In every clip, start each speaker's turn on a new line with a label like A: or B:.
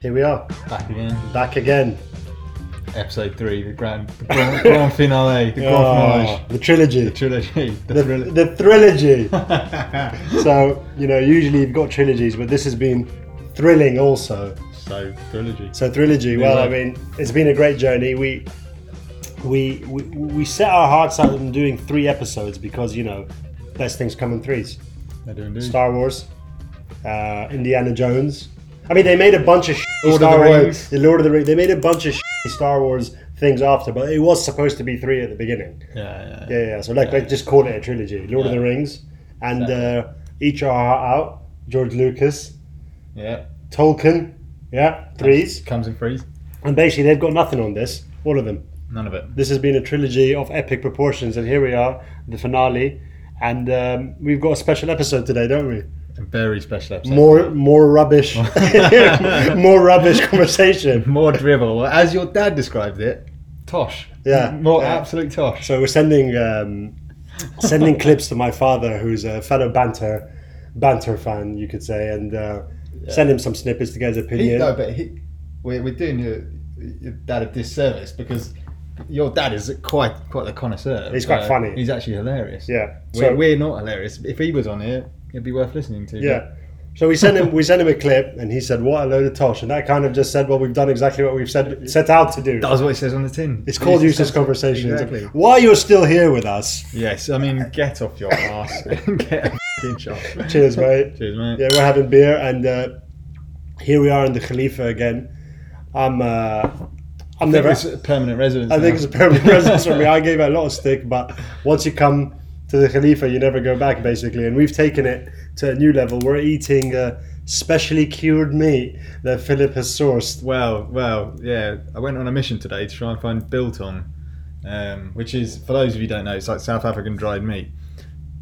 A: Here we are,
B: Back again.
A: back again.
B: Episode 3, the grand, the grand, grand finale, the grand
A: Oh,
B: finale.
A: the trilogy.
B: The trilogy, the,
A: The,
B: thrill-
A: the trilogy. so, you know, usually you've got trilogies, but this has been thrilling also.
B: so, trilogy.
A: So trilogy. Well,
B: Yeah.
A: I mean, it's been a great journey. We we we, we set our hearts out on doing three episodes because you know, best things come in threes.
B: They do indeed.
A: Star Wars, uh, Indiana Jones. I mean, they made a bunch of shitty
B: Lord of the
A: Star Wars,
B: Rings.
A: the Lord of the Rings. They made a bunch of shitty Star Wars things after, but it was supposed to be three at the beginning.
B: yeah, yeah,
A: Yeah, yeah. So like, like just call it a trilogy: Lord of
B: Yeah.
A: the Rings, and uh, each our heart out. George Lucas,
B: yeah.
A: Tolkien. Yeah, threes.
B: Comes in threes.
A: And basically, they've got nothing on this. All of them.
B: None of it.
A: This has been a trilogy of epic proportions, and here we are, the finale. And um, we've got a special episode today, don't we?
B: A very special episode.
A: More, more rubbish, more rubbish conversation.
B: More drivel. Well, As your dad described it, tosh.
A: Yeah,
B: More
A: yeah.
B: absolute tosh.
A: So we're sending um, sending clips to my father, who's a fellow banter banter fan, you could say, and uh, send him some snippets to get his
B: He,
A: opinion.
B: no, but he, we're, we're doing your, your dad a disservice because your dad is quite quite a connoisseur.
A: He's quite
B: so
A: funny.
B: He's actually hilarious.
A: yeah,
B: We're, we're not hilarious. If he was on here, it'd be worth listening to.
A: Yeah. So we sent him we sent him a clip and he said, What a load of tosh and that kind of just said, Well we've done exactly what we've said set out to do.
B: That was what it says on the tin.
A: It's called useless conversations.
B: Exactly.
A: While you're still here with us.
B: Yes, I mean, get off your ass and get a fucking job.
A: Cheers, mate.
B: Cheers, mate.
A: Yeah, we're having beer and uh, here we are in the Khalifa again. I'm uh I'm
B: I think
A: never
B: it's a permanent residence.
A: I think
B: now.
A: it's a permanent residence for me. I gave it a lot of stick, but once you come to the Khalifa, you never go back, basically. And we've taken it to a new level. We're eating uh, specially cured meat that Philip has sourced.
B: Well, well, yeah. I went on a mission today to try and find biltong, um, which is, for those of you who don't know, it's like South African dried meat,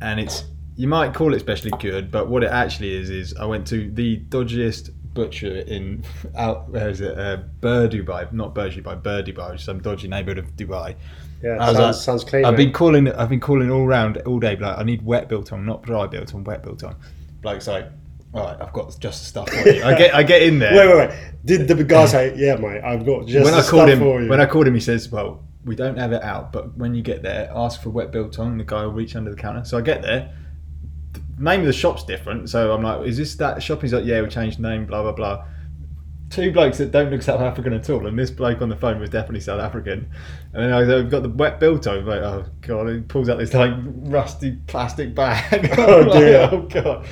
B: and it's you might call it specially cured, but what it actually is is I went to the dodgiest butcher in out where is it uh, Bur Dubai, not Bur Dubai, Bur Dubai, which is some dodgy neighbourhood of Dubai.
A: Yeah,
B: I
A: sounds,
B: was like-
A: sounds clean.
B: I've
A: mate.
B: been calling. I've been calling all round all day. Like I need wet biltong, not dry biltong. Wet biltong. Bloke's like, all right, I've got just the stuff for you. I get. I get in there.
A: Wait, wait, wait. Did the guy say, "Yeah, mate, I've got just
B: when
A: the
B: I called
A: stuff
B: him,
A: for you"?
B: when I called him, he says, "Well, we don't have it out, but when you get there, ask for wet biltong." The guy will reach under the counter. So I get there. The name of the shop's different, so I'm like, "Is this that shop?" He's like, "Yeah, we changed name." Blah blah blah. Two blokes that don't look South African at all, and this bloke on the phone was definitely South African. And then I was like, "We've got the wet biltong." Like, oh god! He pulls out this like rusty plastic bag.
A: Oh,
B: Like,
A: dear.
B: oh god!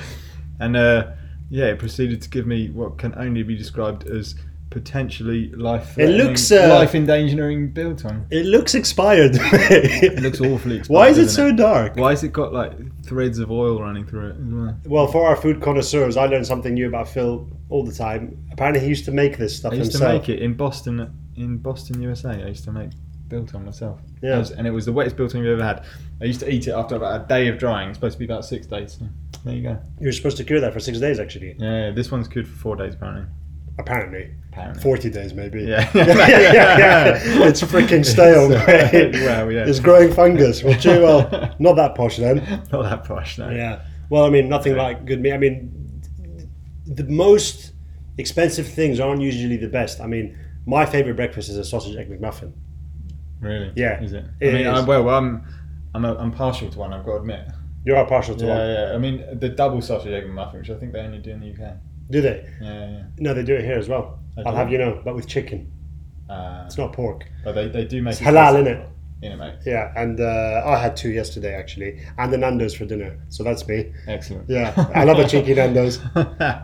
B: And uh, yeah, it proceeded to give me what can only be described as potentially life
A: It looks, uh,
B: life endangering built on.
A: it looks expired. it
B: It looks awfully. Expensive,
A: Why is it so dark?
B: Why has it got like threads of oil running through it? as well?
A: Well, for our food connoisseurs, I learned something new about Phil all the time. Apparently, he used to make this stuff
B: I used
A: himself.
B: to make it in Boston, in Boston, USA. I used to make built on myself.
A: Yeah.
B: It was- and it was the wettest built on you've ever had. I used to eat it after about a day of drying. It's supposed to be about six days. So there you go.
A: You were supposed to cure that for six days, actually.
B: Yeah, yeah, this one's good for four days apparently.
A: Apparently,
B: Apparently.
A: forty days maybe.
B: Yeah. uh,
A: yeah, yeah, yeah. It's freaking stale. mate.
B: well, yeah.
A: It's growing fungus. Well, gee, well, not that posh then.
B: Not that posh, no.
A: Yeah. Well, I mean, nothing like good meat. I mean, the most expensive things aren't usually the best. I mean, my favorite breakfast is a sausage egg McMuffin.
B: Really?
A: Yeah,
B: Is it?
A: it
B: I mean, I,
A: is.
B: well, I'm, I'm, a, I'm partial to one. I've got to admit.
A: You are partial to
B: Yeah,
A: one,
B: yeah. I mean, the double sausage egg and muffin, which I think they only do in the UK.
A: do they?
B: Yeah,
A: No, they do it here as well.
B: They
A: I'll
B: do.
A: have you know, but with chicken.
B: yeah. Uh,
A: It's not pork.
B: but they, they do make
A: It's halal,
B: in
A: innit?
B: In it, mate.
A: Yeah, and uh, I had two yesterday actually, and the Nando's for dinner. So that's me.
B: Excellent.
A: Yeah, I love a cheeky Nando's.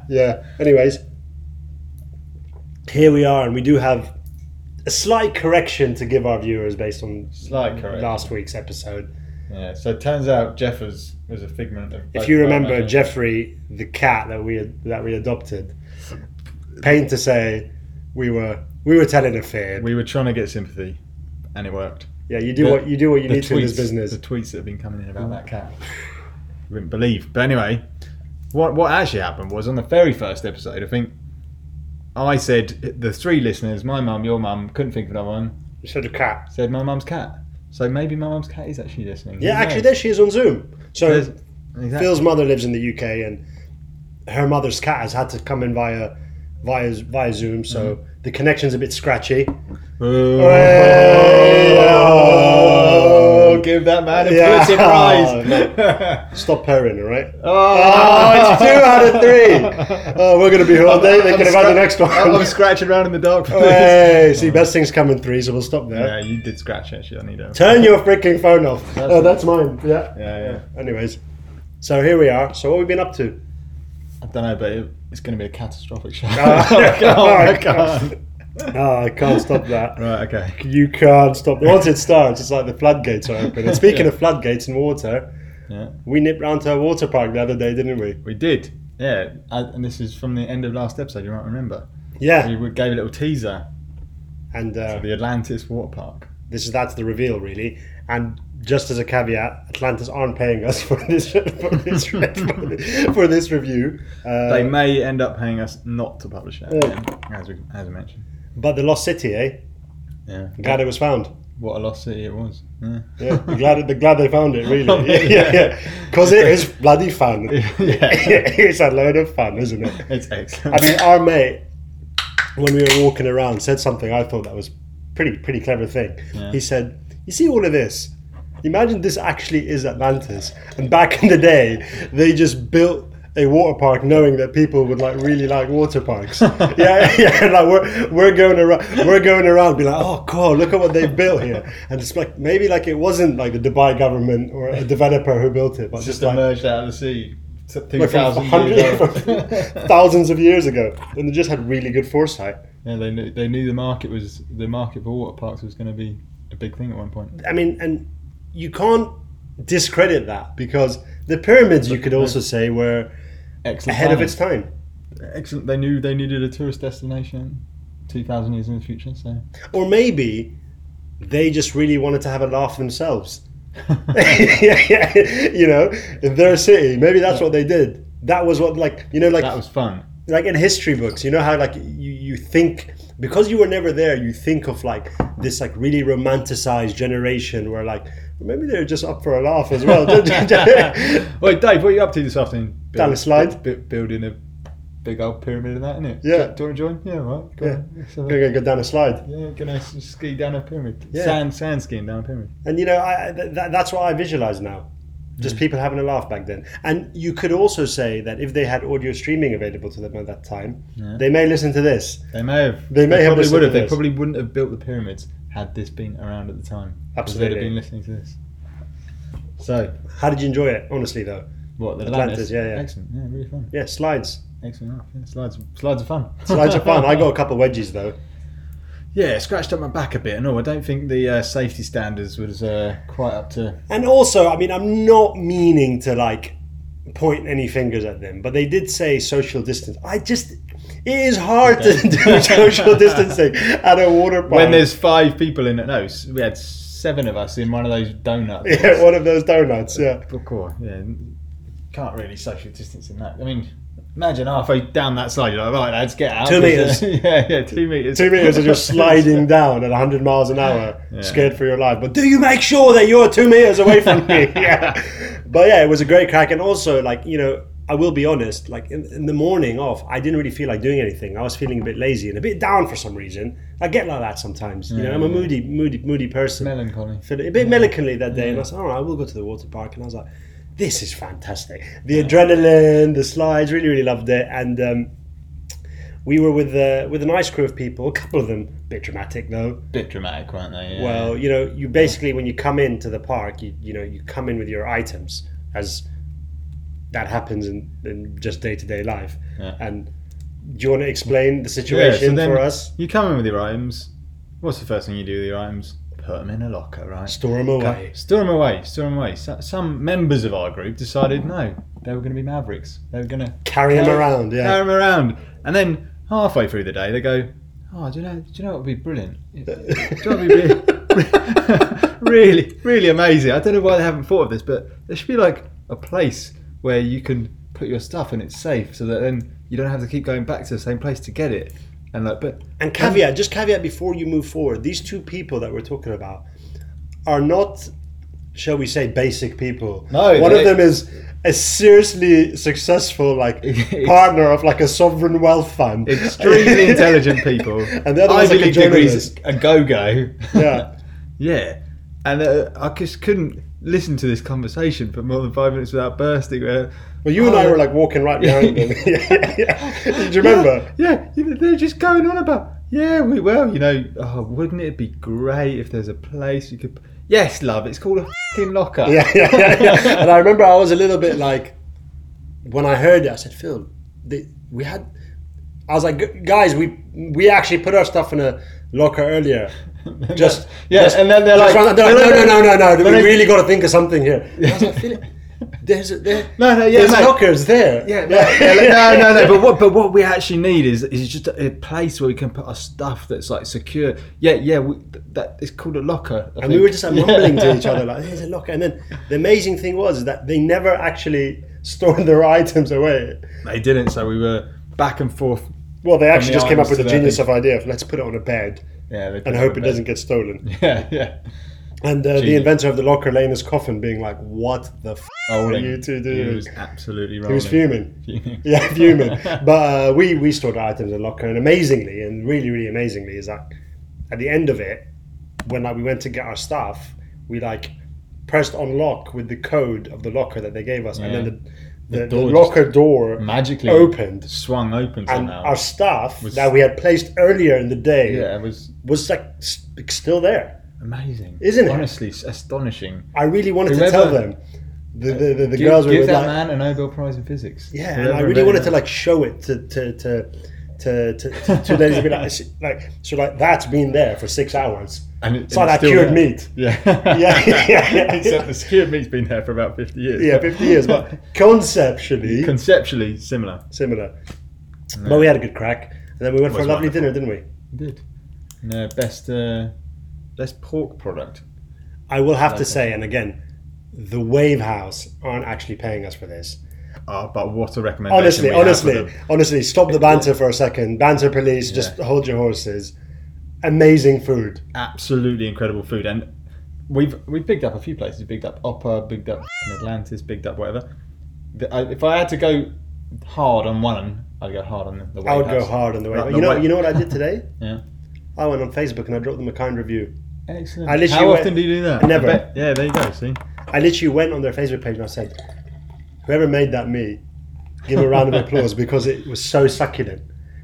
A: Yeah. Anyways, here we are, and we do have a slight correction to give our viewers based on
B: Slight correct.
A: last week's episode.
B: Yeah. So it turns out Jeffers was a figment of.
A: If
B: both
A: you
B: our
A: remember
B: imagination.
A: Jeffrey, the cat that we had, that we adopted, pain to say, we were we were telling a fib.
B: we were trying to get sympathy, and it worked.
A: yeah, you do
B: the-
A: what you do what you
B: the
A: need to in this
B: tweets-
A: business.
B: The tweets that have been coming in about that cat, you wouldn't believe. But anyway, what what actually happened was on the very first episode, I think I said the three listeners, my mum, your mum, couldn't think of another one,
A: You said a cat.
B: said my mum's cat. So maybe my mum's cat is actually listening.
A: Yeah,
B: Who
A: actually,
B: knows?
A: there she is on Zoom. So
B: There's- exactly.
A: Phil's mother lives in the UK, and her mother's cat has had to come in via via via Zoom, so
B: Mm-hmm.
A: the connection's a bit scratchy.
B: Oh, give that man a
A: Yeah.
B: Pulitzer Prize.
A: Stop her in, all right?
B: oh,
A: Oh, it's two out of three. Oh, we're gonna be here all day. They could have had the next one. Oh,
B: I'm I'm scratching around in the dark. for this.
A: Hey, see, best things come in three, so we'll stop there.
B: Oh, Yeah, you did scratch actually. I need a.
A: Turn your freaking phone off.
B: That's-
A: oh, that's mine. Yeah.
B: Yeah, yeah.
A: Anyways, so here we are. So what have we been up to?
B: I don't know, but it, it's going to be a catastrophic show.
A: Ah.
B: oh my
A: Oh,
B: god!
A: Oh, I can't stop that.
B: Right, okay.
A: You can't stop. Once it starts, it's like the floodgates are open. And speaking
B: Yeah.
A: of floodgates and water,
B: Yeah,
A: we nipped round to a water park the other day, didn't we?
B: we did. Yeah, I, and this is from the end of last episode. You might remember.
A: Yeah.
B: We gave a little teaser
A: And
B: for
A: uh,
B: the Atlantis water park.
A: this is that's the reveal, really. And just as a caveat, Atlantis aren't paying us for this for this, for this review. Uh,
B: They may end up paying us not to publish that,
A: Yeah.
B: as we as we mentioned.
A: but the lost city, eh?
B: Yeah,
A: Glad it was found.
B: what a lost city it was. Yeah,
A: Yeah, glad, glad they found it, really.
B: Oh,
A: Yeah, yeah,
B: yeah.
A: Because it is bloody fun.
B: yeah.
A: it's a load of fun, isn't it?
B: it's excellent.
A: I mean, our mate, when we were walking around, said something I thought that was pretty, pretty clever thing.
B: Yeah.
A: He said, "You see all of this? Imagine this actually is Atlantis, and back in the day, they just built." A water park, knowing that people would like really like water parks. yeah, yeah. Like we're, we're going around, we're going around, be like, oh god, look at what they built here, and it's like maybe like it wasn't like the Dubai government or a developer who built it, but
B: just
A: just like
B: emerged out of the sea. Two
A: like from
B: thousand years
A: 100
B: old.
A: thousands of years ago, and they just had really good foresight.
B: Yeah, they knew, they knew the market was the market for water parks was going to be a big thing at one point.
A: I mean, and you can't discredit that because the pyramids, you could also say, were
B: Excellent.
A: ahead of its
B: planning.
A: time.
B: Excellent. They knew they needed a tourist destination, two thousand years in the future. So.
A: Or maybe they just really wanted to have a laugh themselves. you know, in their city. Maybe that's what they did. That was what, like, you know, like
B: that was fun.
A: like in history books you know how like you, you think because you were never there you think of like this like really romanticized generation where like maybe they're just up for a laugh as well
B: Wait, Dave, what are you up to this afternoon?
A: Down the slide.
B: bu- building a big old pyramid and that, isn't it?
A: Yeah.
B: Do you want to join? Yeah, right. Go
A: Yeah.
B: on. Let's have a-
A: Gonna go- go down a slide
B: Yeah, gonna s- ski down a pyramid.
A: Yeah.
B: Sand, sand skiing down a pyramid.
A: and you know I, I- th- that, that's what i visualize now
B: Mm.
A: just people having a laugh back then and you could also say that if they had audio streaming available to them at that time
B: Yeah.
A: they may listen to this
B: They may have.
A: They may have
B: Probably
A: listened
B: would
A: to
B: have. They
A: this.
B: probably wouldn't have built the pyramids had this been around at the time. 'Cause
A: Absolutely.
B: They'd have been listening to this. So,
A: how did you enjoy it honestly though
B: what the
A: Atlantis, yeah, yeah.
B: Excellent. Yeah, really fun.
A: yeah slides
B: Excellent. Yeah, slides, slides are fun.
A: slides are fun i got a couple wedgies though
B: Yeah, it scratched up my back a bit. No, I don't think the uh, safety standards was uh, quite up to.
A: And also, I mean, I'm not meaning to like point any fingers at them, but they did say social distance. I just, it is hard to
B: Okay.
A: do social distancing at a water park.
B: When there's five people in it, no, s- we had seven of us in one of those donuts.
A: yeah, one of those donuts, yeah.
B: Of course, yeah. Can't really social distance in that. I mean, imagine halfway down that slide, you're like, right, lads, get out.
A: Two
B: There's a- yeah, yeah, two metres.
A: Two meters and you're sliding down at 100 miles an hour,
B: Yeah.
A: scared for your life. But do you make sure that you're two meters away from me? yeah. But yeah, it was a great crack. And also, like, you know, I will be honest, like in, in the morning off, I didn't really feel like doing anything. I was feeling a bit lazy and a bit down for some reason. I get like that sometimes. You know, I'm a moody, moody, moody person.
B: Melancholy.
A: Feel a bit melancholy that day. And I said, all right, I will go to the water park. And I was like, this is fantastic. The adrenaline, the slides, really, really loved it. And, um, we were with uh, with a nice crew of people, a couple of them, a bit dramatic though.
B: Bit dramatic, weren't they? Yeah.
A: Well, you know, you basically when you come into the park, you you know, you come in with your items as that happens in, in just day to day life.
B: Yeah.
A: And do you want to explain the
B: Yeah, so
A: situation
B: then
A: for us?
B: You come in with your items. What's the first thing you do with your items? Put them in a locker, right?
A: Store them away.
B: Store them away, store them away. So, some members of our group decided no, they were going to be mavericks. They were going to
A: Carry them around, yeah.
B: carry them around. And then halfway through the day, they go, "Oh, do you know? Do you know what would be brilliant? Do you know what would be really, really, really amazing? I don't know why they haven't thought of this, but there should be like a place where you can put your stuff and it's safe, so that then you don't have to keep going back to the same place to get it. And like, but
A: And caveat, just caveat before you move forward, these two people that we're talking about are not, shall we say, basic people.
B: No,
A: one
B: they-
A: of them is a seriously successful like
B: Ex-
A: partner of like a sovereign wealth fund.
B: Extremely intelligent people.
A: and the other one's
B: Ivy
A: like a
B: League degrees,
A: journalist.
B: a go-go.
A: Yeah.
B: yeah. And uh, I just couldn't listen to this conversation for more than five minutes without bursting. Uh,
A: Well, you and I
B: oh,
A: were like walking right behind them. yeah, yeah, yeah. Do you remember?
B: Yeah, yeah, you know, they're just going on about. Yeah, we well, you know, oh, wouldn't it be great if there's a place you could? Yes, love. It's called a fucking locker.
A: Yeah, yeah, yeah, yeah. And I remember I was a little bit like, when I heard it, I said, Phil, they, we had. I was like, guys, we we actually put our stuff in a locker earlier.
B: And
A: Just
B: that- yeah,
A: just-
B: and then they're
A: just
B: like,
A: run- they're like, no, no, no, no, no,
B: They're
A: We
B: like-
A: really got to think of something here. And I was like, Philip, there's a, there,
B: No, no, yeah,
A: there's
B: mate.
A: lockers there.
B: Yeah, no, no, no, no. But what, but what we actually need is is just a, a place where we can put our stuff that's like secure. Yeah, yeah. We, th- that it's called a locker. I
A: And we
B: think.
A: were just like
B: Yeah.
A: mumbling to each other, like, there's a locker. And then the amazing thing was that they never actually stored their items away.
B: they didn't. So we were back and forth.
A: Well, they actually
B: the
A: just came up
B: items
A: with
B: to
A: the
B: their
A: genius
B: thing.
A: of idea of let's put it on a bed
B: Yeah, they put
A: and
B: on
A: hope
B: the
A: it
B: bed.
A: doesn't get stolen.
B: Yeah, yeah.
A: And uh, the
B: Genius.
A: inventor of the locker lay in his coffin, being like, "What the f- are
B: Rolling.
A: you two
B: He
A: doing?"
B: was absolutely rolling.
A: He was fuming.
B: fuming.
A: Yeah, fuming. but uh, we we stored our items in the locker, and amazingly, and really, really amazingly, is that at the end of it, when like we went to get our stuff, we like pressed unlock with the code of the locker that they gave us, and
B: Yeah.
A: then the the, the,
B: door just
A: locker door
B: magically
A: opened,
B: swung open
A: and
B: somehow.
A: our stuff
B: Was-
A: that we had placed earlier in the day
B: yeah, it was
A: was like s- still there.
B: amazing,
A: Isn't it?
B: Honestly, it's astonishing.
A: I really wanted to
B: Whoever-
A: tell them. The, the, the, the
B: give
A: girls
B: give
A: were
B: that
A: like,
B: man a Nobel Prize in physics.
A: yeah, and
B: Whoever
A: I really wanted to
B: invented
A: like show it to to to to to, to, to ladies and be like, "See, like so like that's been there for six hours.
B: that. and it,
A: it's like
B: it's
A: that
B: still
A: cured
B: there.
A: meat.
B: Yeah,
A: yeah, yeah.
B: Except the cured meat's been there for about fifty years.
A: Yeah, fifty years, but conceptually
B: conceptually similar.
A: similar. But we had a good crack, and then we went for a
B: Was
A: lovely
B: wonderful.
A: dinner, didn't we?
B: Did. No, best uh, best pork product.
A: I will have to say, and again, the Wave House aren't actually paying us for this.
B: Ah, but what a recommendation!
A: Honestly,
B: we have for
A: honestly,
B: them.
A: honestly, stop the banter for a second. Banter police, just hold your horses. Amazing food.
B: absolutely incredible food, and we've we've picked up a few places. Picked up Opera, picked up Atlantis, picked up whatever. The, I, if I had to go hard on one, I'd go hard on the. the
A: I would
B: White
A: go
B: House.
A: hard on the way.
B: Not
A: you
B: the
A: know,
B: way.
A: you know what I did today?
B: Yeah.
A: I went on Facebook and I dropped them a kind review.
B: Excellent.
A: I literally
B: How
A: went-
B: often do you do that?
A: Never.
B: I bet- Yeah, there you go. See.
A: I literally went on their Facebook page and I said, "Whoever made that meat, give a round of applause because it was so succulent.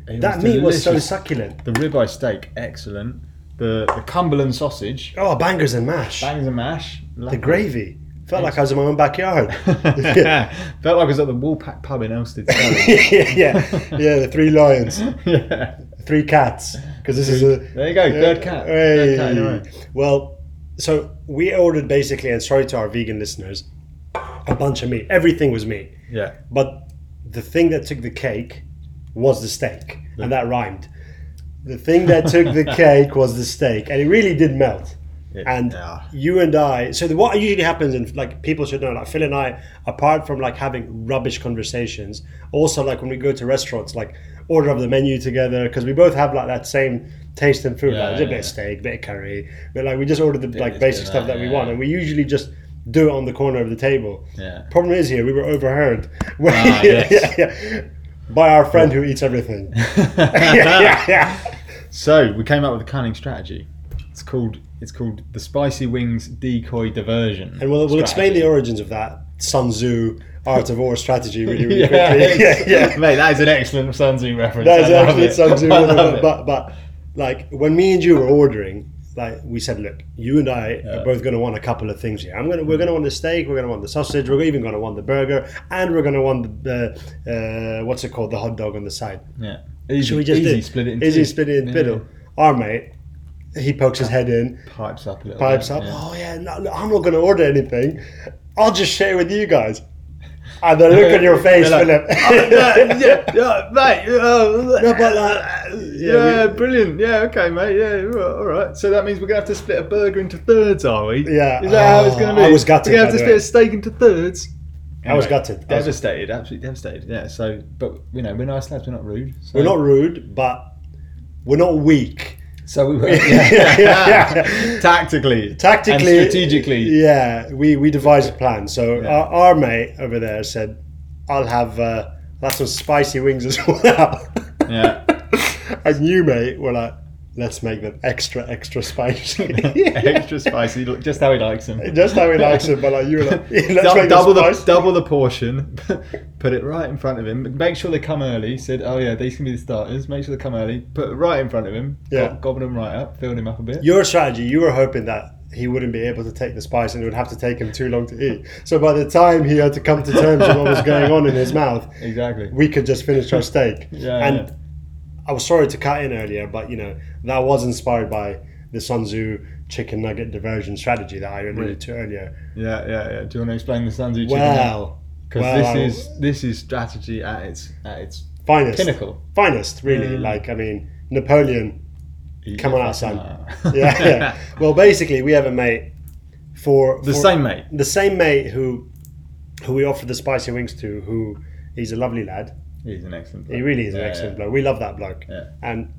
B: It
A: that meat was so
B: delicious.
A: succulent.
B: The ribeye steak, excellent. The the Cumberland sausage,
A: Oh, bangers and mash.
B: bangs and mash.
A: The gravy felt like I was in my own backyard. yeah,
B: Felt like I was at the Woolpack pub in Elstead. Surrey.
A: yeah, yeah. The three lions,
B: yeah.
A: three cats. Because this is a
B: There you go, third cat. Third cat in a row.
A: Hey. Well, so we ordered basically, and sorry to our vegan listeners, a bunch of meat. Everything was meat.
B: Yeah.
A: But the thing that took the cake was the steak, and that rhymed. The thing that took the cake was the steak, and it really did melt. And
B: Yeah.
A: you and I, so the, what usually happens, and like people should know, like Phil and I, apart from like having rubbish conversations, also like when we go to restaurants, like order up the menu together because we both have like that same taste in food. like,
B: Yeah,
A: there's a bit
B: yeah.
A: of steak, bit of curry, but like we just order the like
B: let's
A: basic
B: do
A: stuff
B: that,
A: that we
B: yeah,
A: want,
B: yeah.
A: and we usually just do it on the corner of the table.
B: Yeah.
A: Problem is here, we were overheard.
B: Ah,
A: Yeah,
B: yes.
A: yeah, yeah. By our friend who eats everything. yeah, yeah, yeah.
B: So we came up with a cunning strategy. It's called it's called the spicy wings decoy diversion.
A: And we'll, we'll explain the
B: strategy.
A: origins of that Sun Tzu art of war strategy really, really
B: yeah,
A: quickly. Yeah, yeah.
B: mate, that is an excellent Sun Tzu reference.
A: That's
B: I love
A: actually
B: it.
A: Sun Tzu.
B: I love
A: But,
B: it.
A: but, but, like, when me and you were ordering, like, we said, look, you and I are both going to want a couple of things here. I'm gonna, we're going to want the steak, we're going to want the sausage, we're even going to want the burger, and we're going to want the, uh, what's it called, the hot dog on the side.
B: yeah, easy,
A: Should we just
B: easy
A: do?
B: split it in
A: easy
B: two.
A: split it in
B: Yeah.
A: middle. Our mate, he pokes his head in,
B: Pipes up a little.
A: pipes
B: bit,
A: up.
B: yeah.
A: Oh yeah, no, no, I'm not going to order anything. I'll just share with you guys. And the look on your face,
B: They're
A: Philip.
B: like, "Oh, yeah, yeah, yeah, mate. oh,
A: No, but like,
B: yeah,
A: yeah, we-
B: brilliant. Yeah, okay, mate. Yeah, all- all right. So that means we're gonna have to split a burger into thirds, are we?
A: Yeah.
B: Is that how it's gonna
A: Oh,
B: be?
A: I was gutted,
B: We're gonna
A: by
B: have to
A: the
B: split a steak into thirds.
A: I was gutted. I was-
B: Devastated, absolutely devastated. Yeah. So, but you know, we're nice lads. We're not rude. So
A: we're not rude, but we're not weak.
C: So we were, yeah.
A: Yeah.
B: Tactically,
A: Tactically,
B: and strategically.
A: yeah, we we devised a plan. So
B: Yeah.
A: our, our mate over there said, "I'll have uh, I'll have some spicy wings as well."
B: Yeah.
A: and you, mate, were like, "Let's make them extra, extra spicy."
B: Extra spicy, look, just how he likes them.
A: Just how he likes them, but like you were like, let's
B: Dou-
A: make them
B: double the
A: spicy.
B: double the portion, put it right in front of him. Make sure they come early. Said, oh yeah, these can be the starters. Make sure they come early. Put it right in front of him.
A: Yeah.
B: Gob- gobble him right up. Filled him up a bit.
A: Your strategy, you were hoping that he wouldn't be able to take the spice and it would have to take him too long to eat. So by the time he had to come to terms with what was going on in his mouth,
B: Exactly.
A: we could just finish our steak.
B: Yeah,
A: and
B: yeah.
A: I was sorry to cut in earlier, but you know that was inspired by the Sun Tzu chicken nugget diversion strategy that I alluded to earlier.
B: Yeah, yeah, yeah. Do you want to explain the Sanzu chicken?
A: Well,
B: because
A: well,
B: this is this is strategy at its at its
A: finest,
B: pinnacle.
A: finest, really.
B: Mm.
A: Like I mean, Napoleon
B: Eat
A: Come
B: the
A: on out,
B: fucking
A: son.
B: out.
A: yeah, yeah. Well, basically, we have a mate for
B: the
A: for-
B: same mate.
A: the same mate who who we offered the spicy wings to. Who he's a lovely lad.
B: He's an excellent.
A: He
B: bloke.
A: really is an
B: Yeah,
A: excellent
B: yeah.
A: bloke. We love that bloke.
B: Yeah.
A: And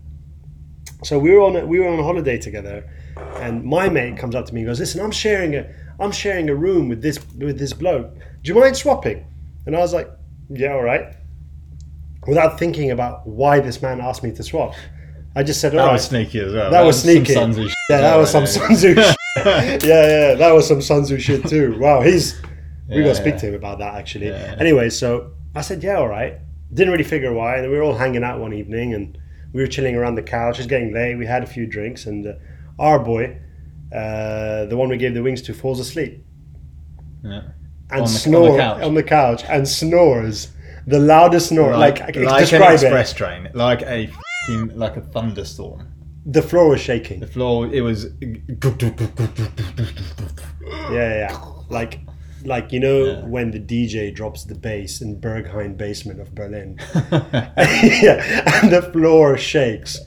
A: so we were on a, we were on holiday together, and my mate comes up to me and goes, "Listen, I'm sharing a I'm sharing a room with this with this bloke. Do you mind swapping?" And I was like, "Yeah, all right." Without thinking about why this man asked me to swap, I just said, "All
B: That
A: right."
B: was sneaky as well.
A: That was
B: some
A: sneaky.
B: Sanzu shit
A: yeah,
B: as
A: that
B: well,
A: was some Sun Tzu. shit. yeah, yeah, that was some Sun Tzu shit too. Wow, he's we
B: Yeah,
A: got to speak
B: yeah.
A: to him about that actually.
B: Yeah, yeah.
A: Anyway, so I said, yeah, all right. Didn't really figure why, and we were all hanging out one evening, and we were chilling around the couch. It's getting late. We had a few drinks, and uh, our boy, uh, the one we gave the wings to, falls asleep
B: Yeah.
A: and
B: On the- on the
A: snores
B: couch.
A: on the couch and snores the loudest snore. Like, I can
B: like an
A: describe
B: express
A: it.
B: train, like a fucking, like a thunderstorm.
A: The floor was shaking.
B: The floor, it was.
A: yeah, yeah. Like, like you know
B: Yeah.
A: when the DJ drops the bass in Berghain basement of Berlin. yeah, and the floor shakes.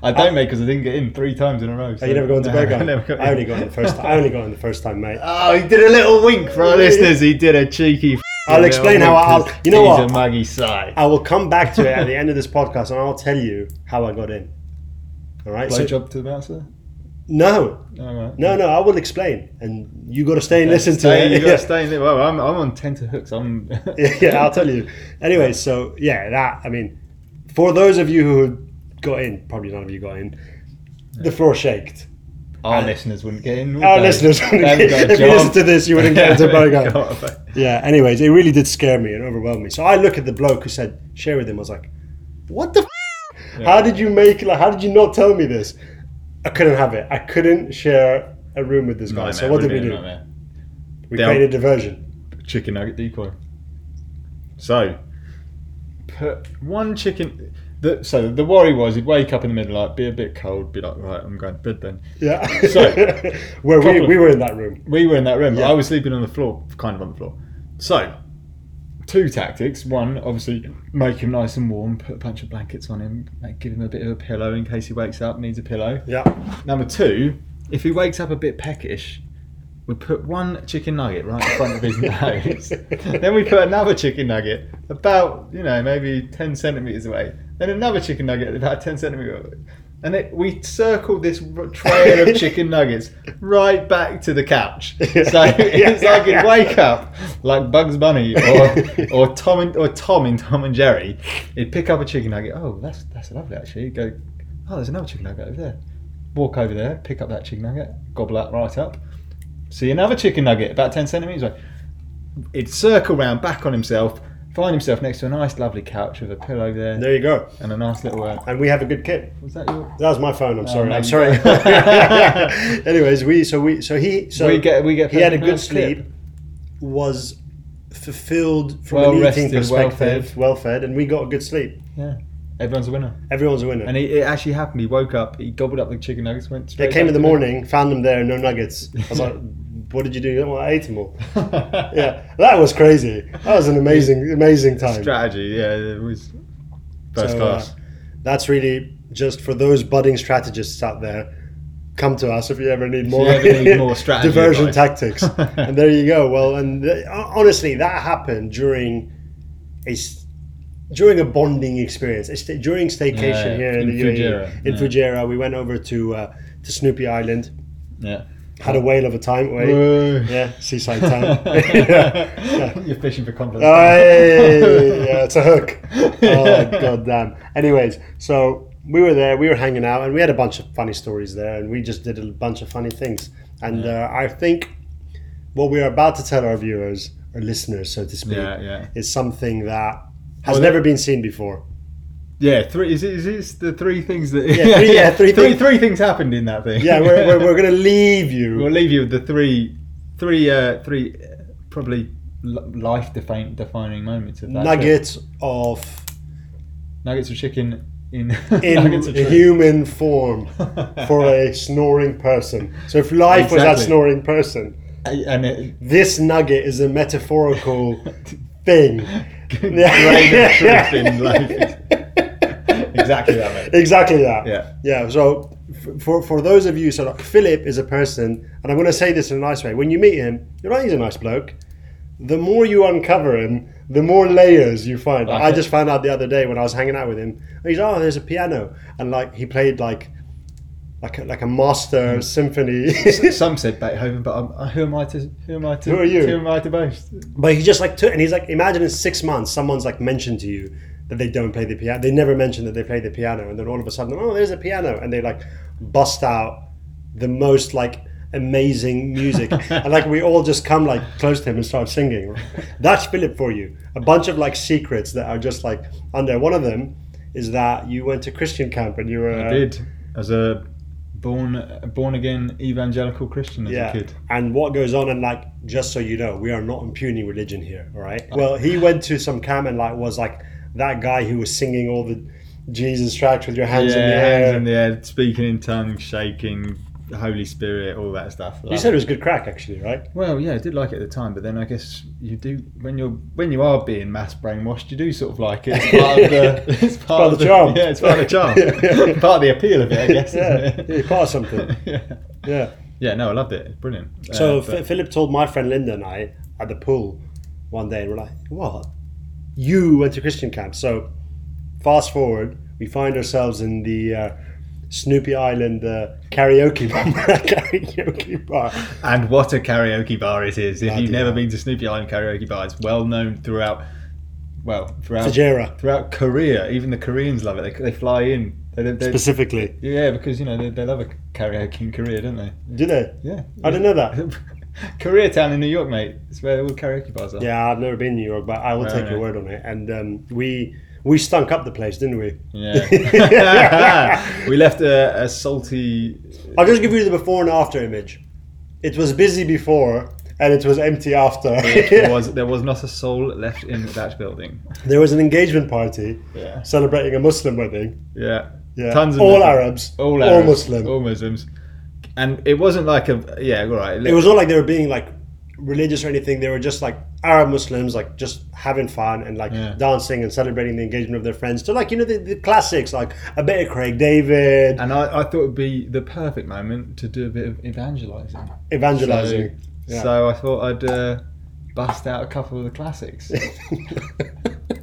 B: I don't make because I didn't get in three times in a row. So.
A: Are Uh, Oh, you never going to
B: No, I
A: Berghain?
B: never got
A: I
B: in.
A: only got in the first. I only got in the first time, mate.
B: Oh, he did a little wink for our listeners. He did a cheeky.
A: I'll explain how I- I'll- you know
B: he's
A: what?
B: a muggy sigh.
A: I will come back to it at the end of this podcast, and I'll tell you how I got in. All right. So,
B: Blowjob to the bouncer.
A: no,
B: All right.
A: no, no. I will explain, and you got to stay and listen to
B: Stay-
A: it.
B: You got
A: Yeah.
B: to stay in there. Well, I'm, I'm on tenterhooks. I'm.
A: yeah, yeah, I'll tell you. Anyway, so yeah, that I mean, for those of you who got in, probably none of you got in. The floor shaked.
B: Our listeners wouldn't get in. would
A: Our
B: they?
A: listeners wouldn't
B: They haven't
A: get-
B: got a
A: if you
B: job.
A: listen to this, you wouldn't get into
B: They haven't
A: Berghain.
B: got a-
A: Yeah. Anyways, it really did scare me and overwhelm me. So I look at the bloke who said share with him. I was like, what the? F-? How did you make? Like, how did you not tell me this? I couldn't have it. I couldn't share a room with this guy. so
B: Nightmare,
A: what did we
B: wouldn't
A: do?
B: it? Nightmare.
A: We
B: They'll-
A: created a diversion.
B: chicken nugget decoy. So, put one chicken. The, so the worry was he'd wake up in the middle, like be a bit cold, be like, right, I'm going to bed then.
A: Yeah.
B: So,
A: where we,
B: couple-
A: we were in that room.
B: We were in that room. but
A: Yeah.
B: I was sleeping on the floor, kind of on the floor. So, two tactics. One, obviously, make him nice and warm, put a bunch of blankets on him, like, give him a bit of a pillow in case he wakes up, needs a pillow.
A: Yeah.
B: Number two, if he wakes up a bit peckish, we put one chicken nugget right in front of his nose. then we put another chicken nugget about, you know, maybe 10 centimetres away. Then another chicken nugget about 10 centimetres away. And it, we circled this r- trail of chicken nuggets right back to the couch. So it's like he'd wake up like Bugs Bunny or, or Tom and, or Tom in Tom and Jerry. He'd pick up a chicken nugget. Oh, that's that's lovely actually. He'd go, oh, there's another chicken nugget over there walk over there, pick up that chicken nugget, gobble that right up. See another chicken nugget about 10 centimetres away. He'd circle round back on himself, find himself next to a nice, lovely couch with a pillow there
A: There you go.
B: and a nice little. Uh,
A: And we have a good kid.
B: was that your.
A: That was my phone. I'm sorry.
B: no,
A: I'm
B: you-
A: sorry. Anyways, we so we so he so
B: we get, we get
A: he had a good
B: nice
A: sleep,
B: clip.
A: was fulfilled from
B: Well
A: an eating
B: rested, well
A: perspective, well fed, and we got a good sleep.
B: Yeah. Everyone's a winner.
A: Everyone's a winner.
B: And he, it actually happened. He woke up, he gobbled up the chicken nuggets, went
A: they
B: straight.
A: came
B: back
A: in the
B: to
A: morning, found them there, no nuggets. I was like, "What did you do?" Well, I ate them all.
B: bed.
A: Yeah, that was crazy. That was an amazing, amazing time.
B: Strategy, yeah. It was first
A: So, uh,
B: class.
A: That's really just for those budding strategists out there. Come to us if you ever need more,
B: ever need more strategy
A: diversion
B: advice.
A: tactics. and there you go. Well, and the, honestly, that happened during a s- during a bonding experience, it's st- during staycation
B: Yeah,
A: here in,
B: in
A: the UAE,
B: Fujairah,
A: in
B: yeah.
A: Fujairah, we went over to uh, to Snoopy Island,
B: Yeah.
A: had a whale of a time. Wait, yeah, seaside town. yeah.
B: You're fishing for confidence.
A: Aye, yeah, it's a hook. Oh god damn. Anyways, so we were there, we were hanging out, and we had a bunch of funny stories there, and we just did a bunch of funny things. And uh, I think what we are about to tell our viewers or listeners, so to speak,
B: Yeah, yeah.
A: is something that has
B: Well,
A: never been seen before.
B: Yeah, three is it, is this the three things that
A: Yeah, three- yeah, three
B: three,
A: things.
B: three things happened in that thing.
A: Yeah, we're, we're, we're gonna leave you.
B: We'll leave you with the three, three, uh, three, uh, probably life define, defining moments of that. trip.
A: nuggets of
B: nuggets of chicken in,
A: in
B: nuggets of chicken.
A: human form for a snoring person. So if life was
B: Exactly.
A: that snoring person,
B: and it,
A: this nugget is a metaphorical thing.
B: grain of truth in life. Exactly that, mate.
A: Exactly that.
B: Yeah.
A: Yeah. So f- for for those of you, so like Philip is a person, and I'm going to say this in a nice way. When you meet him, you're like, he's a nice bloke. The more you uncover him, the more layers you find.
B: Like
A: I
B: it.
A: just found out the other day when I was hanging out with him. and He's oh, there's a piano, and like he played like. Like a, like a master symphony,
B: Some said Beethoven, but I'm, uh, who am I to? Who am I to?
A: Who are you?
B: Who am I to boast?
A: but he just like took and he's like imagine in six months someone's like mentioned to you that they don't play the piano they never mentioned that they play the piano and then all of a sudden oh there's a piano and they like bust out the most like amazing music and like we all just come like close to him and start singing that's philip for you a bunch of like secrets that are just like under one of them is that you went to christian camp and you were
B: I did as a born born again evangelical Christian as a
A: yeah
B: kid.
A: and what goes on and like just so you know we are not impugning religion here all right well he went to some camp and like was like that guy who was singing all the jesus tracks with your hands
B: yeah,
A: in the air
B: hands in the air, speaking in tongues, shaking, the Holy Spirit, all that stuff.
A: you said it was good crack actually right
B: well, yeah, I did like it at the time, but then I guess you do when you're when you are being mass brainwashed, you do sort of like it. It's part of the, it's part
A: of the charm.
B: Yeah, it's part of the charm.
A: Yeah, yeah.
B: part of the appeal of it, I guess.
A: Yeah,
B: isn't it?
A: yeah, you're part of something.
B: yeah.
A: yeah
B: Yeah, no, I loved it. It's brilliant.
A: so
B: Uh, but-
A: F- philip told my friend linda and i at the pool one day and we're like what you went to christian camp so fast forward we find ourselves in the uh, snoopy island uh, karaoke bar karaoke bar
B: and what a karaoke bar it is! If
A: Bloody
B: you've never
A: hell.
B: been to Snoopy Island Karaoke Bar, it's well known throughout. Well, throughout
A: Fujairah.
B: throughout Korea, even the Koreans love it. They, they fly in. They, they, they-
A: specifically
B: yeah, because you know they, they love a karaoke in Korea, don't they?
A: Do they?
B: Yeah.
A: I didn't know that.
B: Koreatown in New York, mate. It's where all the karaoke bars are.
A: Yeah, I've never been to New York, but I will
B: Right,
A: take your
B: right.
A: word on it. And um, we we stunk up the place, didn't we?
B: Yeah. we left uh, a, a salty.
A: I'll just give you the before and after image. It was busy before, and it was empty after.
B: There was there was not a soul left in that building.
A: there was an engagement party
B: Yeah.
A: celebrating a Muslim wedding.
B: Yeah.
A: Yeah,
B: Tons of
A: all
B: Muslim-
A: Arabs,
B: all
A: all
B: Arabs,
A: Muslim.
B: all Muslims, and it wasn't like a yeah, all right.
A: It was not like they were being like religious or anything. They were just like Arab Muslims, like just having fun and like
B: Yeah.
A: dancing and celebrating the engagement of their friends. So like you know the, the classics, like a bit of Craig David,
B: and I, I thought it would be the perfect moment to do a bit of evangelizing.
A: evangelizing.
B: So,
A: Yeah.
B: so I thought I'd uh, bust out a couple of the classics.
A: So